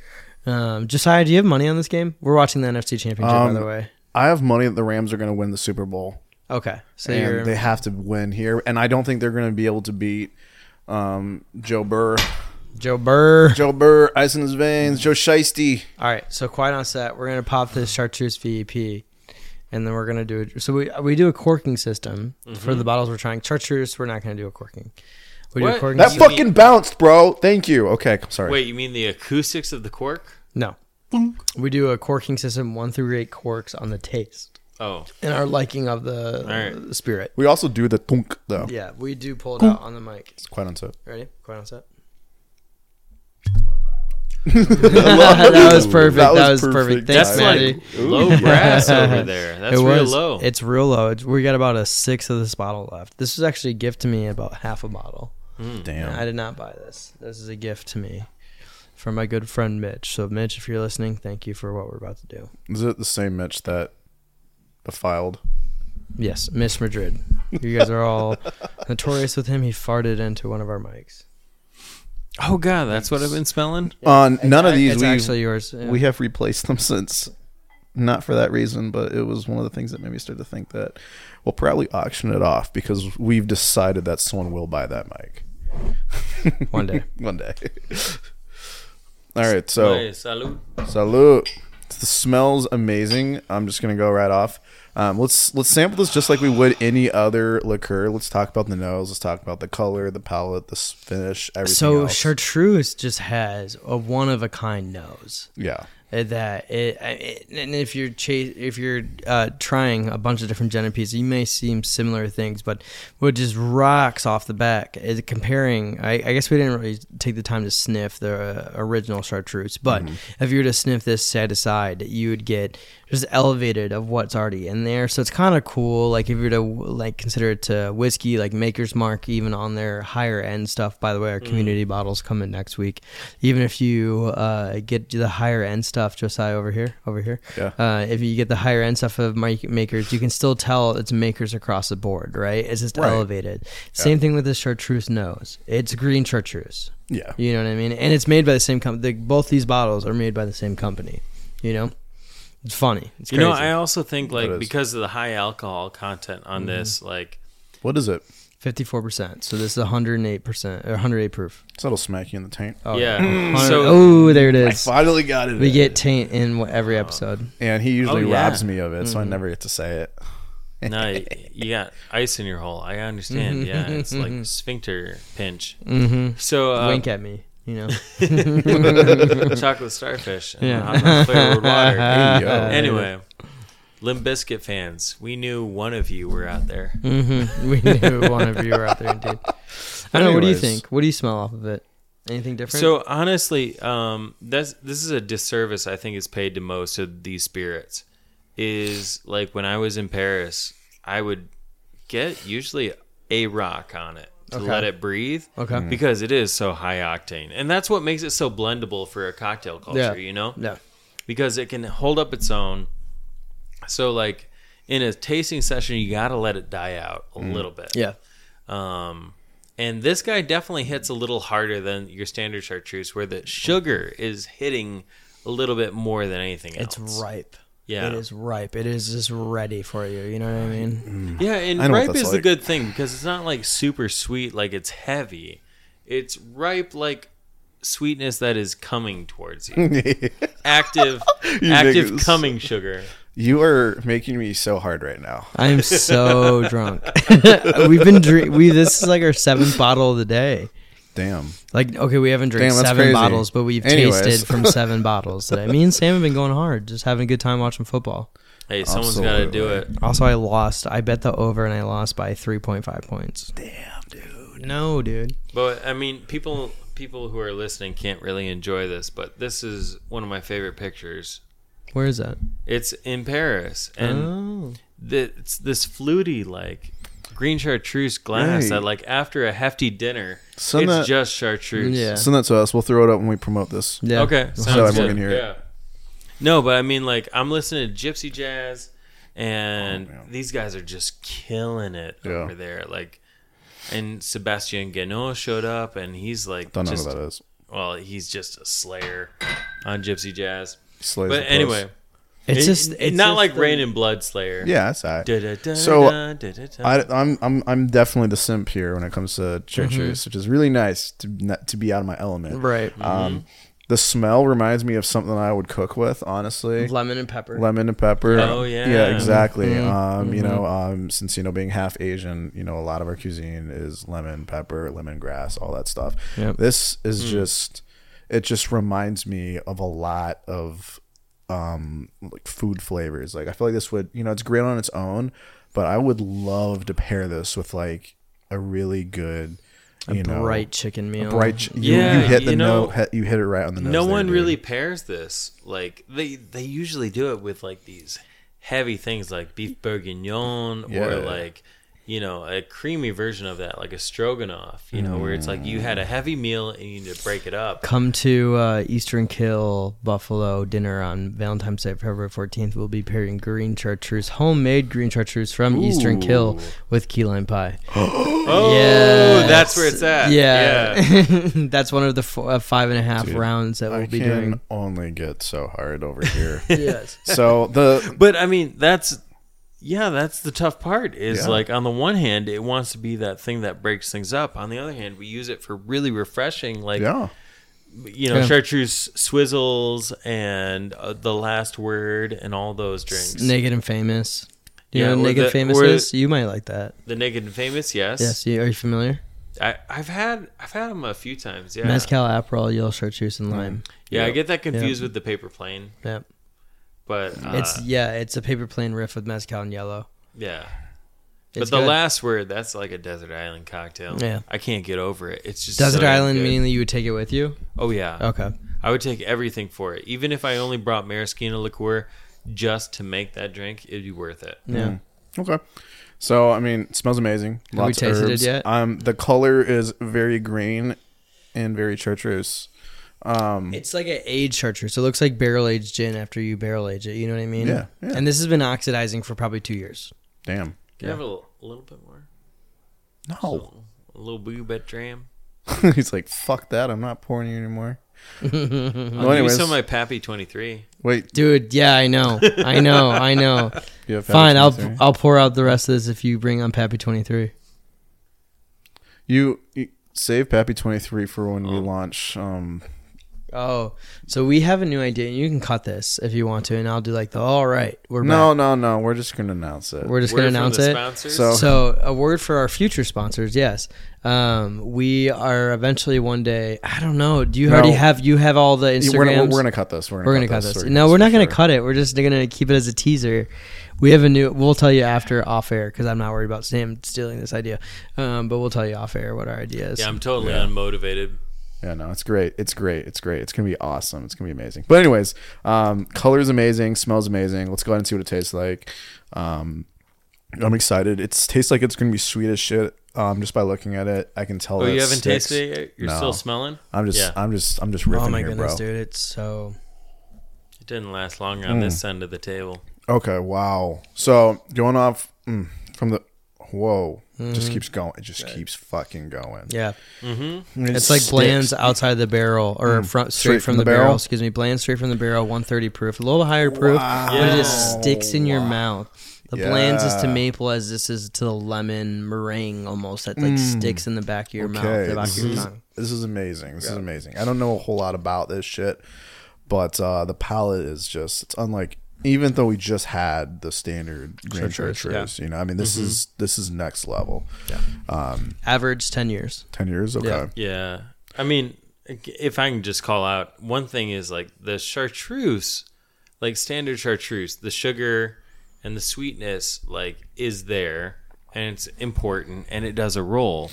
S1: Um, Josiah, do you have money on this game? We're watching the NFC Championship,
S4: Um,
S1: by the way.
S4: I have money that the Rams are going to win the Super Bowl.
S1: Okay, so you're
S4: and they have to win here. And I don't think they're going to be able to beat um, Joe Burr.
S1: Joe Burr.
S4: Joe Burr, ice in his veins. Joe Shiesty.
S1: All right, so quiet on set. We're gonna pop this chartreuse VEP, and then we're gonna do it. So we we do a corking system for the bottles we're trying. Chartreuse, we're not gonna do a corking. We do a
S3: Mm-hmm. What?
S1: corking.
S4: That
S1: system-
S4: fucking bounced, bro. Thank you. Okay, sorry.
S3: Wait, you mean the acoustics of the cork?
S1: no. We do a corking system, one through eight corks on the taste
S3: Oh,
S1: and our liking of the
S3: All
S1: uh, spirit.
S4: We also do the thunk, though.
S1: Yeah, we do pull it out on the mic.
S4: It's quite unsaid.
S1: Ready? Quiet on set. that was perfect. That
S4: That
S1: was,
S4: was
S1: perfect.
S4: perfect.
S1: Thanks,
S3: that's
S1: Maddie.
S3: like low brass over there. That's
S1: it
S3: real
S1: was.
S3: low.
S1: It's real low. It's- We got about a sixth of this bottle left. This was actually a gift to me, about half a bottle. I
S4: Damn.
S1: did not buy this. This is a gift to me from my good friend Mitch. So, Mitch, if you're listening, thank you for what we're about to do.
S4: Is it the same Mitch that defiled?
S1: Yes, Miss Madrid. You guys are all notorious with him. He farted into one of our mics.
S3: oh god, that's what I've been smelling.
S4: Uh, none of these
S1: It's
S4: we
S1: actually yours. Yeah.
S2: We have replaced them since, not for that reason, but it was one of the things that made me start to think that
S4: we'll probably auction it off because we've decided that someone will buy that mic
S1: one day.
S4: one day. All right,
S1: Oh.
S4: so
S3: Hey, salud.
S4: Salute. The smells amazing. I'm just gonna go right off. Um, let's let's sample this just like we would any other liqueur. Let's talk about the nose. Let's talk about the color, the palette, the s- finish, everything.
S1: So,
S4: else.
S1: chartreuse just has a one of a kind nose.
S4: yeah,
S1: uh, that it, I- it and if you're chase if you're uh, trying a bunch of different genopedes, you may seem similar things, but what just rocks off the back is comparing. I, I guess we didn't really take the time to sniff the uh, original chartreuse, but if you were to sniff this set aside, you would get just elevated of what's already in there. So it's kind of cool. Like if you were to like consider it to whiskey, like Maker's Mark, even on their higher end stuff. By the way, our community bottles come in next week. Even if you uh, get the higher end stuff, Josiah over here, over here.
S4: Yeah.
S1: Uh, if you get the higher end stuff of mi- Makers, you can still tell it's Makers across the board, right? It's just elevated. Same thing with this chartreuse nose. It's green chartreuse.
S4: yeah.
S1: You know what I mean? And it's made by the same company. Both these bottles are made by the same company. You know, it's funny. It's
S3: You
S1: crazy.
S3: know, I also think like
S4: is.
S3: because of the high alcohol content on
S1: Mm-hmm.
S3: this, like
S4: What is it?
S1: Fifty-four percent. So this is one hundred and eight percent or one hundred eight proof.
S4: It's that'll smack you in the taint.
S1: Oh,
S3: yeah. Mm.
S1: 100
S3: So
S1: oh, there it
S4: I
S1: is.
S4: finally got it.
S1: We
S4: in.
S1: get taint in every episode.
S4: and he usually
S3: Oh, yeah.
S4: robs me of it, so I
S1: Mm-hmm.
S4: never get to say it.
S3: no, you- you got ice in your hole. I understand. Yeah, it's like sphincter pinch.
S1: Mm-hmm.
S3: So uh,
S1: Wink at me. You know.
S3: chocolate starfish and
S1: Yeah.
S3: hot milk flavored water.
S4: Hey, yo.
S3: anyway, Limb Biscuit fans, we knew one of you were out there.
S1: Mm-hmm. We knew one of you were out there, indeed. I don't know. What do you
S4: Anyways.
S1: think? What do you smell off of it? Anything different?
S3: So honestly, um, that's this is a disservice I think is paid to most of these spirits. Is like when I was in Paris, I would get usually a rock on it to
S1: Okay.
S3: let it breathe.
S1: Okay.
S3: Because it is so high octane, and that's what makes it so blendable for a cocktail culture.
S1: Yeah.
S3: You know.
S1: yeah.
S3: because it can hold up its own. So like in a tasting session, you got to let it die out a little bit.
S1: Yeah.
S3: Um, and this guy definitely hits a little harder than your standard chartreuse, where the sugar is hitting a little bit more than anything else.
S1: It's ripe.
S3: Yeah.
S1: It is ripe. It is just ready for you. You know what I
S2: Mm-hmm.
S1: mean?
S3: Yeah, and
S4: I know what
S3: ripe
S4: that's
S3: is the
S4: like.
S3: good thing because it's not like super sweet, like it's heavy. It's ripe, like sweetness that is coming towards you. active, active
S4: niggas.
S3: coming sugar.
S4: You are making me so hard right now.
S1: I am so drunk. We've been drink. We this is like our seventh bottle of the day.
S4: Damn.
S1: Like, okay, we haven't drank
S2: Damn, that's
S1: seven
S2: crazy.
S1: bottles, but we've
S2: Anyways.
S1: tasted from seven bottles today. Me and Sam have been going hard, just having a good time watching football.
S3: Hey, someone's got to do it.
S4: Absolutely.
S1: Also, I lost. I bet the over, and I lost by three point five points. Damn, dude. No, dude.
S3: But I mean, people people who are listening can't really enjoy this, but this is one of my favorite pictures.
S1: Where is that?
S3: It's in Paris, and
S1: Oh,
S3: th- it's this fluty like green chartreuse glass
S2: Right.
S3: that, like, after a hefty dinner,
S2: Some
S3: it's
S2: that-
S3: just chartreuse.
S1: yeah.
S2: Send that to us. We'll throw it up when we promote this.
S1: yeah.
S3: Okay. Sounds
S2: everyone
S3: good.
S2: can hear it.
S3: Yeah. No, but I mean, like, I'm listening to gypsy jazz, and these guys are just killing it over there. Like, and Sebastian Gano showed up, and he's like,
S4: Don't know
S3: just,
S4: who that is.
S3: well, he's just a slayer on gypsy jazz.
S4: Slays
S3: But
S4: the
S3: anyway,
S4: Puss.
S1: It's
S3: it-
S1: just
S3: it-
S1: it's
S3: not
S1: just
S3: like
S1: the-
S3: Rain and Blood Slayer.
S4: Yeah, that's all right.
S3: Da-da-da-da,
S4: So,
S3: da-da-da.
S4: I, I'm I'm I'm definitely the simp here when it comes to churches, which is really nice to not, to be out of my element.
S1: right
S4: Um, the smell reminds me of something I would cook with, honestly.
S1: lemon and pepper.
S4: Lemon and pepper.
S3: Oh, yeah.
S4: yeah, exactly.
S1: Mm-hmm.
S4: Um, you know, um, since you know being half Asian, you know a lot of our cuisine is lemon, pepper, lemongrass, all that stuff.
S1: Yep.
S4: This is
S3: Mm.
S4: just, it just reminds me of a lot of um like food flavors. Like I feel like this would, you know, it's great on its own, but I would love to pair this with like a really good, you know,
S1: bright chicken meal.
S4: bright. ch- You,
S3: Yeah,
S4: you hit the
S3: you know,
S4: note. hit- You hit it right on the nose.
S3: no
S4: there,
S3: one
S4: dude.
S3: really pairs this. Like they they usually do it with like these heavy things like beef bourguignon
S4: Yeah.
S3: or like you know a creamy version of that like a stroganoff. You know where it's like you
S4: Mm.
S3: had a heavy meal and you need to break it up.
S1: Come to uh, Eastern Kill Buffalo dinner on Valentine's Day, February 14th. We'll be pairing green chartreuse, homemade green chartreuse from Eastern Kill with key lime pie.
S3: Oh, that's where it's at.
S1: Yeah. that's one of the four, uh, five and a half rounds that we'll
S4: I
S1: be
S4: can
S1: doing.
S4: only get so hard over here.
S1: Yes.
S4: so the
S3: But I mean that's. Yeah, that's the tough part. Is
S4: Yeah.
S3: like on the one hand, it wants to be that thing that breaks things up. On the other hand, we use it for really refreshing, like
S4: yeah,
S3: you know,
S1: Yeah.
S3: chartreuse swizzles and uh, the last word and all those drinks.
S1: Naked and Famous. You
S3: Yeah,
S1: know what
S3: or
S1: Naked
S3: the-
S1: Famous
S3: or-
S1: is? You might like that.
S3: the naked and famous, yes.
S1: Yes. You, are you familiar?
S3: I, I've had I've had them a few times. Yeah, Mm.
S1: Mezcal, Aperol, yellow chartreuse, and lime.
S3: yeah. I get that confused with the paper plane,
S1: Yep.
S3: but uh,
S1: it's yeah, it's a paper plane riff with mezcal and yellow.
S3: yeah.
S1: It's
S3: But the
S1: good.
S3: last word, that's like a desert island cocktail.
S1: Yeah.
S3: I can't get over it. It's just
S1: Desert
S3: so damn
S1: Island,
S3: good.
S1: meaning that you would take it with you.
S3: Oh yeah.
S1: Okay.
S3: I would take everything for it, even if I only brought maraschino liqueur just to make that drink. It'd be worth it.
S1: Yeah.
S4: okay. So I mean, it smells amazing.
S1: we
S4: Lots of
S1: tasted it
S4: herbs.
S1: yet?
S4: Um, the color is very green and very chartreuse. Um,
S1: It's like an aged chartreuse. So it looks like barrel aged gin after you barrel age it. You know what I mean?
S4: Yeah, yeah.
S1: And this has been oxidizing for probably two years.
S4: damn.
S3: Can I have a little, a little bit more?
S1: Oh.
S4: No,
S3: A little boo bet dram.
S4: he's like, fuck that. I'm not pouring you anymore. Well,
S3: I'll give you
S4: anyways,
S3: some of my Pappy 23.
S4: wait.
S1: Dude, yeah, I know. I know. I know.
S4: You have
S1: Fine, I'll
S4: Pappy 23?
S1: I'll pour out the rest of this if you bring on Pappy twenty three.
S4: You, you save Pappy 23 for when we launch. Um,
S1: Oh. So we have a new idea and you can cut this if you want to and I'll do like the all right, we're
S4: no,
S1: back.
S4: no, no. We're just gonna announce it.
S1: We're just
S3: Word
S1: gonna
S3: from
S1: announce
S3: the
S1: it.
S3: Sponsors.
S4: So-
S1: So, a word for our future sponsors. Yes, um, we are eventually one day. I don't know. Do you
S4: No.
S1: already have? You have all the
S4: You-
S1: Instagrams.
S4: we're, gonna, we're gonna cut this. We're gonna,
S1: We're gonna cut this. No,
S4: for
S1: we're not gonna
S4: sure.
S1: cut it. We're just gonna keep it as a teaser. We have a new. We'll tell you after off air because I'm not worried about Sam stealing this idea. Um, but we'll tell you off air what our idea is.
S3: Yeah, I'm totally unmotivated.
S4: Yeah, no, it's great. It's great. It's great. It's gonna be awesome. It's gonna be amazing. But anyways, um, color's amazing, smells amazing. Let's go ahead and see what it tastes like. Um, I'm excited. It tastes like it's gonna be sweet as shit. Um, just by looking at it, I can tell.
S3: Oh,
S4: that
S3: you haven't
S4: sticks.
S3: tasted it yet? You're
S4: No.
S3: still smelling?
S4: I'm just,
S3: Yeah.
S4: I'm just, I'm just ripping
S1: oh my
S4: here,
S1: goodness,
S4: bro.
S1: dude! It's so.
S3: It didn't last long on this
S4: Hmm.
S3: end of the table.
S4: Okay, wow. So going off mm, from the, whoa, just keeps going. It just keeps fucking going.
S1: Mm-hmm. Yeah,
S4: It
S1: it's like
S4: sticks.
S1: Bland's outside the barrel or front, Mm. straight, from, the, barrel. Excuse me, Bland's straight from the barrel, 130 proof, a little higher proof, but it just sticks in your mouth. The Bland's is to
S4: Yeah.
S1: maple as this is to the lemon meringue almost that like sticks in the back of your mouth,
S4: Okay,
S1: the back
S4: this
S1: of your
S4: is,
S1: tongue.
S4: this is amazing. This is amazing. I don't know a whole lot about this shit, but uh, the palette is just it's unlike even though we just had the standard green
S2: Chartreuse,
S4: chartreuse, you know, I mean,
S1: Mm-hmm.
S4: this is this is next level.
S1: Average ten years.
S4: Ten years, okay.
S1: Yeah.
S3: Yeah. I mean, if I can just call out, one thing is like the chartreuse, like standard chartreuse, the sugar and the sweetness, like, is there and it's important and it does a role.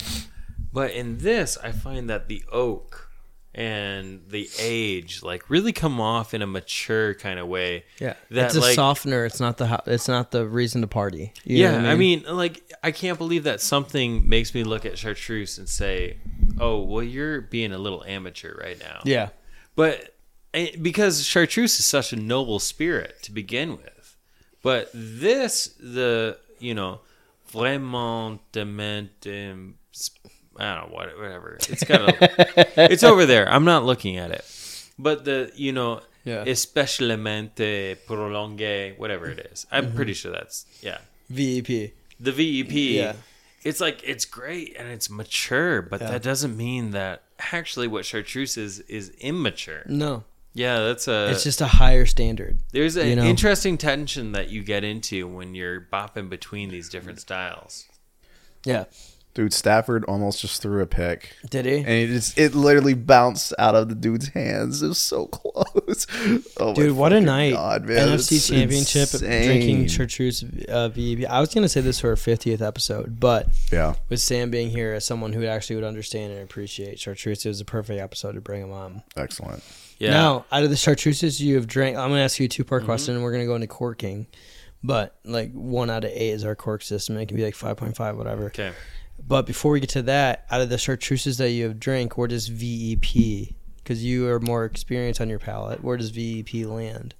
S3: But in this, I find that the oak and the age, like, really come off in a mature kind of way.
S1: Yeah,
S3: That,
S1: it's a
S3: like,
S1: softener. It's not the ho- it's not the reason to party. You know
S3: yeah,
S1: what
S3: I mean? like, I can't believe that something makes me look at chartreuse and say, "Oh, well, you're being a little amateur right now."
S1: yeah,
S3: but eh, because chartreuse is such a noble spirit to begin with, but this, the you know, vraiment dementim, I don't know what, whatever. It's got a, it's over there. I'm not looking at it, but the you know.
S1: Yeah.
S3: Especialmente prolongue, whatever it is. I'm
S1: Mm-hmm.
S3: pretty sure that's, yeah
S1: VEP.
S3: the VEP,
S1: Yeah.
S3: it's like it's great and it's mature, but that doesn't mean that actually what chartreuse is is immature.
S1: No,
S3: Yeah, that's a
S1: Mm. it's just a higher standard.
S3: there's an
S1: you know.
S3: interesting tension that you get into when you're bopping between these different styles.
S1: Yeah,
S4: Dude, Stafford almost just threw a pick.
S1: did he?
S2: And it just it literally bounced out of the dude's hands. It was so close. Oh my
S1: Dude, what a
S2: fucking
S1: night!
S2: God, man.
S1: NFC
S2: It's
S1: Championship
S2: insane.
S1: drinking chartreuse uh, VEP. I was gonna say this for our fiftieth episode, but
S4: Yeah.
S1: with Sam being here as someone who actually would understand and appreciate chartreuse, it was a perfect episode to bring him on.
S4: Excellent.
S3: Yeah. Mm-hmm.
S1: Now, out of the chartreuses you have drank, I'm going to ask you a two part question and we're going to go into corking. But like one out of eight is our cork system. It can be like 5.5, whatever.
S3: Okay.
S1: But before we get to that, out of the chartreuses that you have drank, where does VEP, because you are more experienced on your palate, where does VEP land?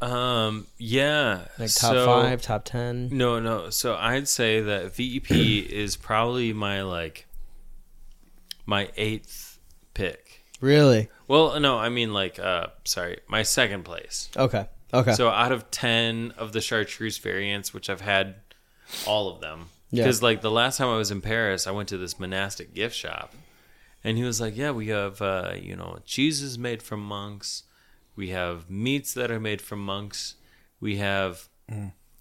S3: Um. Yeah.
S1: Like top
S3: so-
S1: five, top 10?
S3: No, no. So I'd say that VEP is probably my like my eighth pick.
S1: Really?
S3: Well, no, I mean like uh sorry, my second place.
S1: Okay. Okay.
S3: So out of ten of the chartreuse variants, which I've had all of them,
S1: Yeah.
S3: because like the last time I was in Paris, I went to this monastic gift shop, and he was like, "Yeah, we have uh, you know cheeses made from monks, we have meats that are made from monks, we have."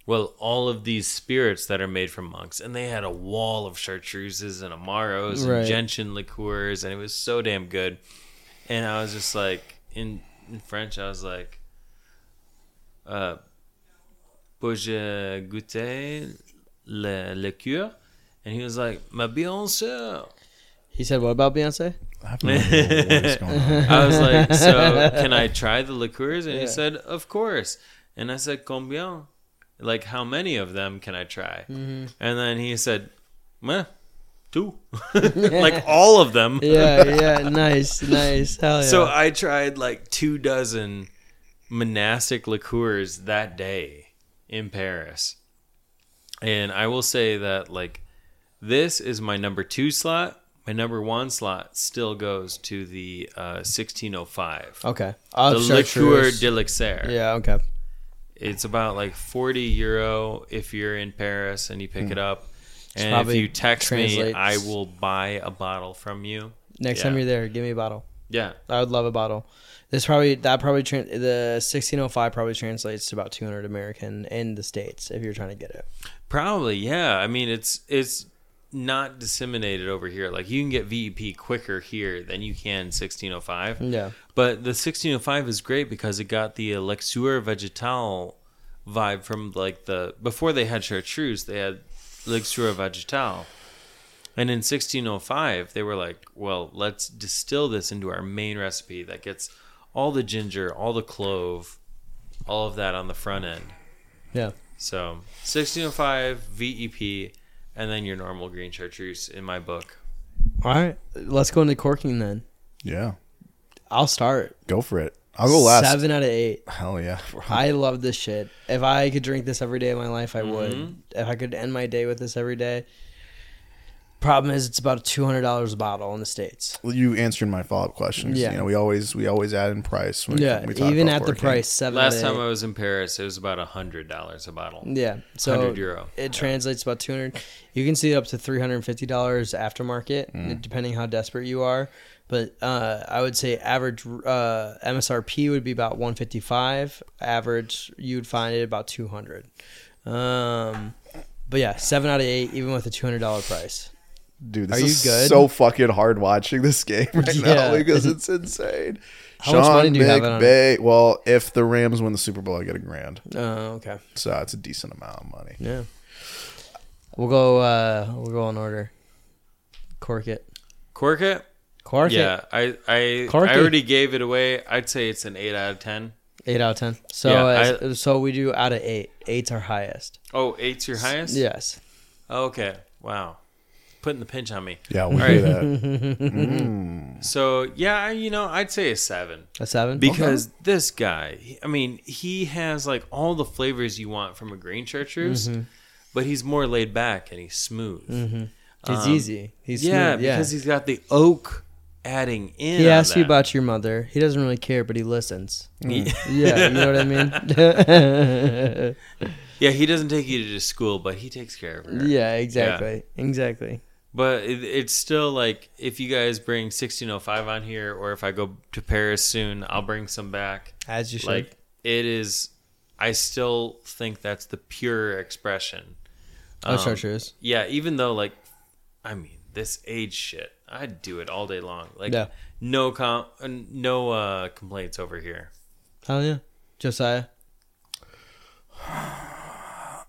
S3: Well, all of these spirits that are made from monks, and they had a wall of chartreuses and amaros and
S1: Right.
S3: gentian liqueurs, and it was so damn good. And I was just like, in, in French, I was like, euh, Bouge goûter le, le cure. And he was like, Ma Beyonce.
S1: he said, what about Beyonce?
S4: I have no idea what is going on.
S3: I was like, So can I try the liqueurs? And he
S1: Yeah.
S3: said, Of course. And I said, Combien? Like, how many of them can I try?
S1: Mm-hmm.
S3: And then he said, Meh, two. like, all of them.
S1: Yeah, yeah. Nice, nice. Hell yeah.
S3: So I tried like two dozen monastic liqueurs that day in Paris. And I will say that like this is my number two slot. My number one slot still goes to the uh, 1605.
S1: okay.
S3: The
S1: Of
S3: liqueur
S1: chartreuse.
S3: de l'Auxerre.
S1: Yeah, okay.
S3: It's about like 40 euro if you're in Paris and you pick it up. And if
S1: Hmm. probably
S3: you text me,
S1: translates-
S3: I will buy a bottle from you.
S1: Next
S3: Yeah.
S1: time you're there, give me a bottle.
S3: Yeah.
S1: I would love a bottle. This probably that probably tran the sixteen oh five probably translates to about two hundred American in the states if you're trying to get it.
S3: Probably, yeah. I mean, it's it's not disseminated over here. Like you can get VEP quicker here than you can 1605.
S1: Yeah.
S3: But the 1605 is great because it got the elixir vegetal vibe from like the before they had chartreuse, they had elixir vegetal. And in 1605, they were like, well, let's distill this into our main recipe that gets all the ginger, all the clove, all of that on the front end.
S1: Yeah,
S3: So 1605 VEP, E and then your normal green chartreuse in my book.
S1: all right. Let's go into corking then.
S4: Yeah.
S1: I'll start.
S4: Go for it. I'll go last.
S1: Seven out of eight.
S4: Hell yeah.
S1: I love this shit. If I could drink this every day of my life,
S3: Mm-hmm.
S1: I would. If I could end my day with this every day. Problem is, it's about two hundred dollars a bottle in the states.
S4: Well, you answered my follow up question. 'cause,
S1: Yeah.
S4: You know, we always we always add in price. When
S1: Yeah,
S4: we, we talk
S1: even
S4: about
S1: at the
S4: working.
S1: price, seven.
S3: Last
S1: out of
S3: time
S1: eight.
S3: I was in Paris, it was about hundred dollars a bottle.
S1: Yeah, so
S3: 100 euro.
S1: It translates about
S3: Mm.
S1: two hundred. You can see it up to three hundred and fifty dollars aftermarket, depending how desperate you are. But uh, I would say average uh, MSRP would be about 155. Average, you would find it about 200. Um, but yeah, seven out of eight, even with a $200 price.
S4: Dude, this
S1: Are
S4: is
S1: you good?
S4: so fucking hard watching this game right
S1: Yeah.
S4: now because it's insane.
S1: How much money do you have it on?
S4: McVay- Well, if the Rams win the Super Bowl, I get a grand.
S1: Oh, okay.
S4: So it's a decent amount of money.
S1: Yeah. We'll go. Uh, we'll go in order. Cork it.
S3: Cork it.
S1: Cork
S3: Yeah,
S1: it.
S3: I I,
S1: Cork
S3: I
S1: it.
S3: already gave it away. I'd say it's an eight out of ten.
S1: Eight out of ten. So
S3: Yeah,
S1: as- so we do out of eight. Eight's our highest.
S3: Oh, eight's your highest. Oh,
S1: Yes.
S3: Okay. Wow. Putting the pinch on me.
S4: Yeah, we'll
S3: All
S4: do
S3: right.
S4: that.
S3: So yeah, I- you know, I'd say a seven
S1: A seven.
S3: because this guy. he- I mean, he has like all the flavors you want from a green chartreuse,
S1: Mm-hmm.
S3: but he's more laid back and he's smooth. Um,
S1: he's easy. He's
S3: Yeah,
S1: smooth. yeah.
S3: because he's got the oak adding in.
S1: he
S3: on
S1: asks you
S3: that.
S1: about your mother. He doesn't really care, but he listens.
S3: He-
S1: Yeah, you know what I mean.
S3: yeah, he doesn't take you to school, but he takes care of her.
S1: yeah, exactly, exactly.
S3: But it, it's still like if you guys bring 1605 on here, or if I go to Paris soon, I'll bring some back.
S1: As you should.
S3: Like it is, I still think that's the pure expression. Um,
S1: oh, chartreuse.
S3: Yeah, even though like, I mean, this age shit, I'd do it all day long. Like
S1: Yeah.
S3: no com, uh, no uh, complaints over here.
S1: Hell yeah, Josiah.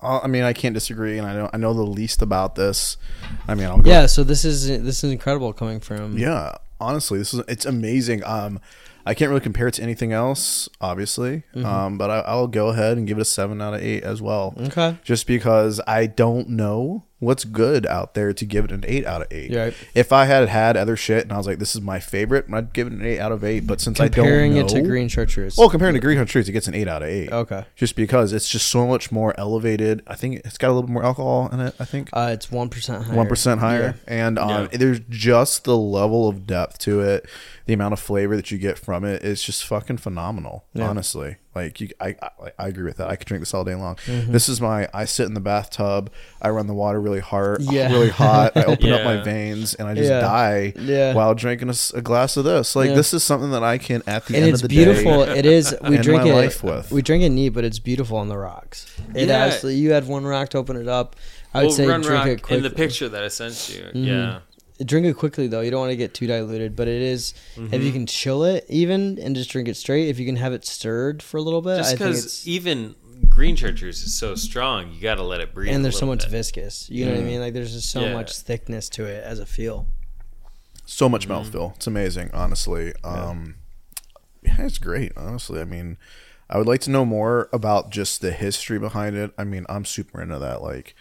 S4: I'll- I mean, I can't disagree, and I know I know the least about this. I mean, I'll go.
S1: Yeah. So this is this is incredible coming from.
S4: Yeah, honestly, this is it's amazing. Um, I can't really compare it to anything else, obviously.
S1: Mm-hmm.
S4: Um, but I, I'll go ahead and give it a seven out of eight as well.
S1: Okay.
S4: Just because I don't know what's good out there to give it an eight out of eight.
S1: You're right.
S4: If I had had other shit and I was like, this is my favorite, I'd give it an eight out of eight. But since
S1: Comparing
S4: I
S1: it
S4: don't know,
S1: to green chartreuse.
S4: Well, comparing to Green Hunt Truth, it gets an eight out of eight.
S1: Okay.
S4: Just because it's just so much more elevated. I think it's got a little bit more alcohol in it. I think
S1: Uh, it's one percent higher.
S4: one percent higher, and um, there's just the level of depth to it, the amount of flavor that you get from it is just fucking phenomenal. Honestly, like you, I, I, I agree with that. I could drink this all day long.
S1: Mm-hmm.
S4: This is my. I sit in the bathtub. I run the water really hard,
S1: Yeah.
S4: really hot. I open up my
S3: Yeah.
S4: veins, and I just
S1: Yeah.
S4: die
S1: Yeah.
S4: while drinking a, s- a glass of this. Like
S1: Yeah.
S4: this is something that I can at the
S1: And
S4: end
S1: it's
S4: of the
S1: beautiful.
S4: day.
S1: It is. We
S4: End
S1: drink
S4: my
S1: it.
S4: life with.
S1: We drink it neat, but it's beautiful on the rocks. It
S3: Yeah.
S1: absolutely. You had one rock to open it up. I would
S3: Well,
S1: say
S3: Run
S1: drink
S3: Rock
S1: it Mm-hmm. quickly.
S3: in the picture that I sent you. Yeah,
S1: drink it quickly though. You don't want to get too diluted, but it is- If
S3: Mm-hmm.
S1: you can chill it even and just drink it straight, if you can have it stirred for a little bit,
S3: just
S1: I think it's.
S3: because even green chartreuse is so strong, you got to let it breathe.
S1: And
S3: a
S1: there's so
S3: little
S1: much
S3: bit.
S1: viscous. You know what I mean? Like there's just so
S3: Yeah.
S1: much thickness to it as a feel.
S4: so much
S3: Mm-hmm.
S4: mouthfeel. It's amazing, honestly. Um, yeah. it's great, honestly. I mean, I would like to know more about just the history behind it. I mean, I'm super into that, like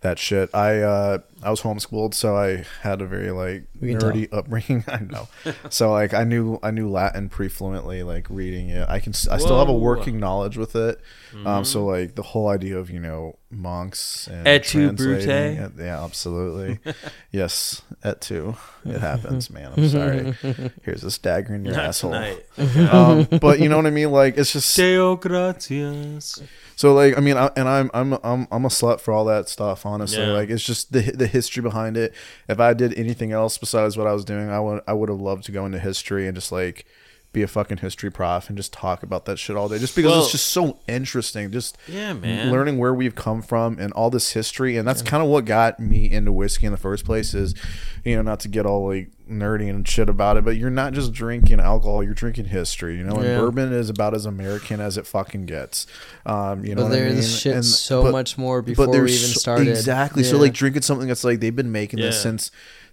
S4: that shit. I uh, I was homeschooled, so I had a very like
S1: can tell.
S4: nerdy upbringing. I know, so like I knew I knew Latin pretty fluently, like reading it. I can s- I still have a
S3: Whoa. Mm-hmm.
S4: working knowledge with it. Um, so like the whole idea of you know monks and
S3: Et tu, Brute?
S4: translating it- Yeah, absolutely. yes, et tu. It happens, man. I'm sorry. Here's a dagger in your asshole.
S3: Tonight.
S4: Um, but you know what I mean. Like it's just
S3: Deo gratias.
S4: so like I mean, I, and I'm I'm I'm I'm a slut for all that stuff. Honestly,
S3: Yeah.
S4: like it's just the the history behind it. If I did anything else besides what I was doing, I would I would have loved to go into history and just like be a fucking history prof and just talk about that shit all day. Just because
S3: Well-
S4: it's just so interesting. Just
S3: Yeah, man.
S4: learning where we've come from and all this history, and that's kind of what got me into whiskey in the first place. Is you know not to get all like nerdy and shit about it, but you're not just drinking alcohol; you're drinking history. You know, and
S1: Yeah.
S4: bourbon is about as American as it fucking gets. Um, you know.
S1: But
S4: Know what I
S1: there's
S4: mean?
S1: shit so much more before we
S4: there's
S1: even
S4: so-
S1: started.
S4: Exactly. So
S1: Yeah.
S4: like drinking something that's like they've been making this
S3: Yeah.
S4: since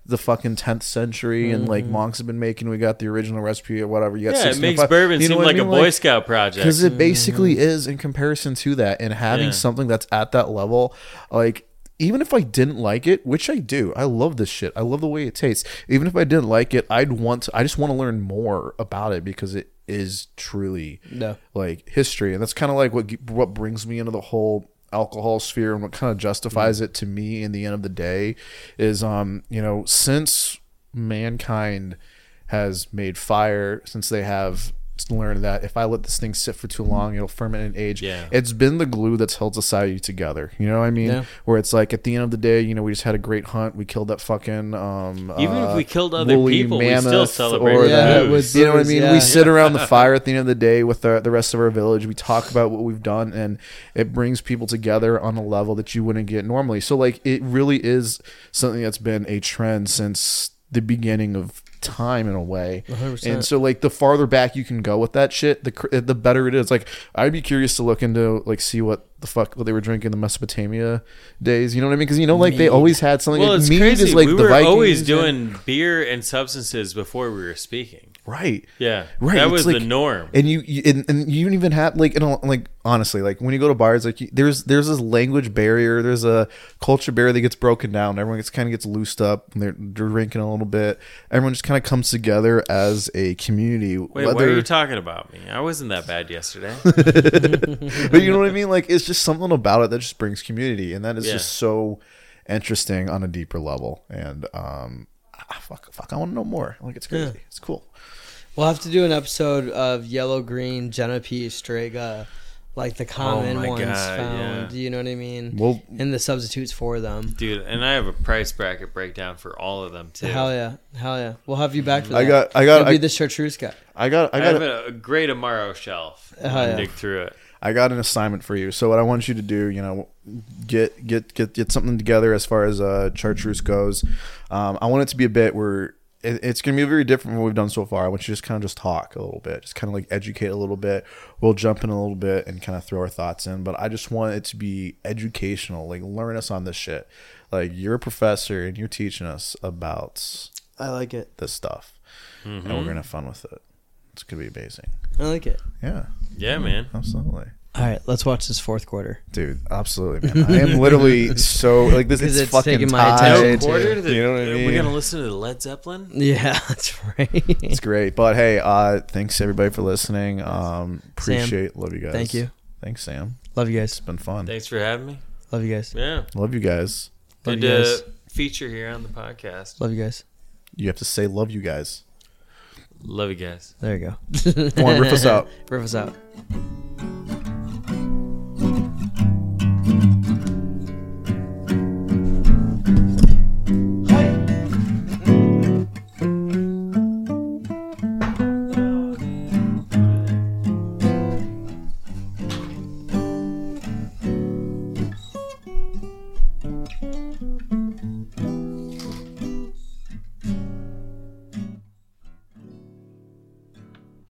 S4: the fucking 10th century and
S1: Mm-hmm.
S4: like monks have been making we got the original recipe or whatever you got
S3: Yeah, it
S4: 1605.
S3: makes bourbon
S4: You know
S3: seem
S4: what I
S3: like a
S4: mean?
S3: Boy Scout project.
S4: because it basically is in comparison to that and having
S3: Yeah.
S4: something that's at that level like even if i didn't like it which i do i love this shit i love the way it tastes even if i didn't like it i'd want to, i just want to learn more about it because it is truly
S1: No.
S4: like history and that's kind of like what ge- what brings me into the whole alcohol sphere and what kind of justifies it to me in the end of the day is um you know since mankind has made fire since they have learned that if I let this thing sit for too long, it'll ferment and age.
S3: Yeah.
S4: It's been the glue that's held society together. You know what I mean?
S1: Yeah.
S4: Where it's like at the end of the day, you know, we just had a great hunt. We killed that fucking um
S3: Even if
S4: uh,
S3: we killed other
S4: woolly
S3: people, we still
S4: mammoth
S3: celebrate.
S4: or
S3: with
S1: Yeah,
S3: booze.
S1: with-
S4: you know what I
S1: booze,
S4: mean?
S1: yeah.
S4: We sit around the fire at the end of the day with the, the rest of our village. We talk about what we've done, and it brings people together on a level that you wouldn't get normally. So, like, it really is something that's been a trend since the beginning of time in a way.
S1: 100%.
S4: And so, like, the farther back you can go with that shit, the cr- the better it is. Like, I'd be curious to look into like see what the fuck what they were drinking in the Mesopotamia days. You know what I mean? Because you know, like, they always had something.
S3: well,
S4: like,
S3: it's
S4: mead
S3: crazy.
S4: is like
S3: we
S4: the
S3: were always
S4: Vikings and-
S3: doing beer and substances before we were speaking.
S4: right.
S3: Yeah,
S4: Right,
S3: That
S4: it's
S3: was
S4: like-
S3: the norm.
S4: and you, you and, and you don't even have like and I'll- like honestly like when you go to bars like you, there's there's this language barrier there's a culture barrier that gets broken down everyone gets kind of gets loosed up and they're drinking a little bit everyone just kind of comes together as a community
S3: Wait, why are you talking about me? I wasn't that bad yesterday.
S4: but you know what I mean like it's just something about it that just brings community and that is
S3: Yeah.
S4: just so interesting on a deeper level and um ah, fuck fuck I want to know more like it's crazy it's cool
S1: We'll have to do an episode of yellow green Genepi Strega, like the common
S3: Oh my
S1: ones
S3: God,
S1: found.
S3: yeah.
S1: You know what I mean?
S4: Well-
S1: and the substitutes for them.
S3: Dude, and I have a price bracket breakdown for all of them too.
S1: Hell yeah, hell yeah. We'll have you back for that.
S4: I got- I got-
S1: You'll
S4: I-
S1: be the chartreuse guy.
S4: I got I
S3: I,
S4: got
S3: have a, a great Amaro shelf.
S1: Oh,
S3: I
S1: yeah.
S3: dig through it.
S4: I got an assignment for you. So what I want you to do, you know, get get get get something together as far as uh, chartreuse goes. Um, I want it to be a bit where it, it's going to be very different from what we've done so far. I want you to just kind of just talk a little bit, just kind of like educate a little bit. We'll jump in a little bit and kind of throw our thoughts in, but I just want it to be educational. Like learn us on this shit. Like you're a professor and you're teaching us about
S1: I like it.
S4: this stuff, and we're gonna have fun with it. It's gonna be amazing.
S1: I like it.
S4: Yeah,
S3: Yeah, man.
S4: absolutely.
S1: All right, let's watch this fourth quarter.
S4: Dude, absolutely, man. I am literally so like this.
S1: 'Cause
S4: It's,
S1: it's
S4: fucking
S1: taking my
S4: tied.
S1: attention.
S3: No
S1: did,
S3: quarter. The, uh,
S4: You know what
S1: uh,
S4: I mean?
S3: We're gonna listen to the Led Zeppelin.
S1: Yeah, that's right.
S4: It's great, but hey, uh, thanks everybody for listening. Um,
S1: Sam,
S4: appreciate, love you guys.
S1: thank you.
S4: Thanks, Sam.
S1: Love you guys.
S4: It's been fun.
S3: Thanks for having me.
S1: Love you guys.
S3: Yeah,
S4: Love you guys.
S1: Love
S3: good
S1: you guys.
S3: to feature here on the podcast.
S1: Love you guys.
S4: You have to say love you guys.
S3: Love you guys.
S1: There you go.
S4: Come on, riff us out.
S1: Riff us out.
S4: Bye.